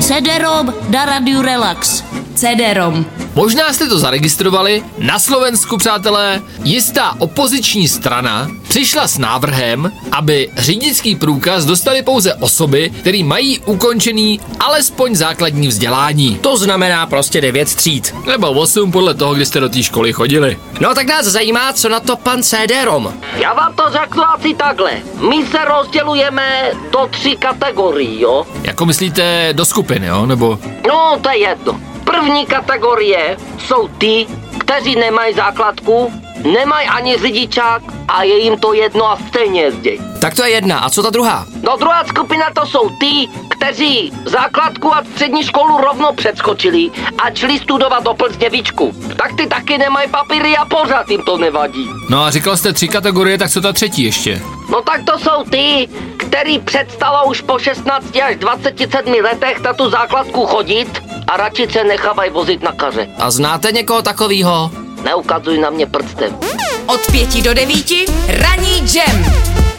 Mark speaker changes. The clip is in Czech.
Speaker 1: CD-ROM na Radiu Relax.
Speaker 2: CD-ROM.
Speaker 3: Možná jste to zaregistrovali, na Slovensku, přátelé, jistá opoziční strana přišla s návrhem, aby řidičský průkaz dostali pouze osoby, které mají ukončený alespoň základní vzdělání.
Speaker 4: To znamená prostě devět tříd.
Speaker 3: Nebo 8 podle toho, kdy jste do té školy chodili.
Speaker 4: No tak nás zajímá, co na to pan CD-ROM.
Speaker 5: Já vám to řeknu asi takhle. My se rozdělujeme do tří kategorií, jo?
Speaker 3: Jako myslíte do skupin, jo? Nebo
Speaker 5: No, to je jedno. První kategorie jsou ty, kteří nemají základku, nemají ani řidičák a je jim to jedno a stejně jezdí.
Speaker 4: Tak to je jedna. A co ta druhá?
Speaker 5: No druhá skupina to jsou ty, kteří základku a střední školu rovno předskočili a šli studovat do Plzně výčku. Tak ty taky nemají papíry a pořád jim to nevadí.
Speaker 3: No a říkal jste tři kategorie, tak co ta třetí ještě?
Speaker 5: No tak to jsou ty, který přestala už po 16 až 27 letech na tu základku chodit a radši se nechávají vozit na kaře.
Speaker 4: A znáte někoho takového?
Speaker 5: Neukazuj na mě prstem.
Speaker 2: Od pěti do devíti ranní jam.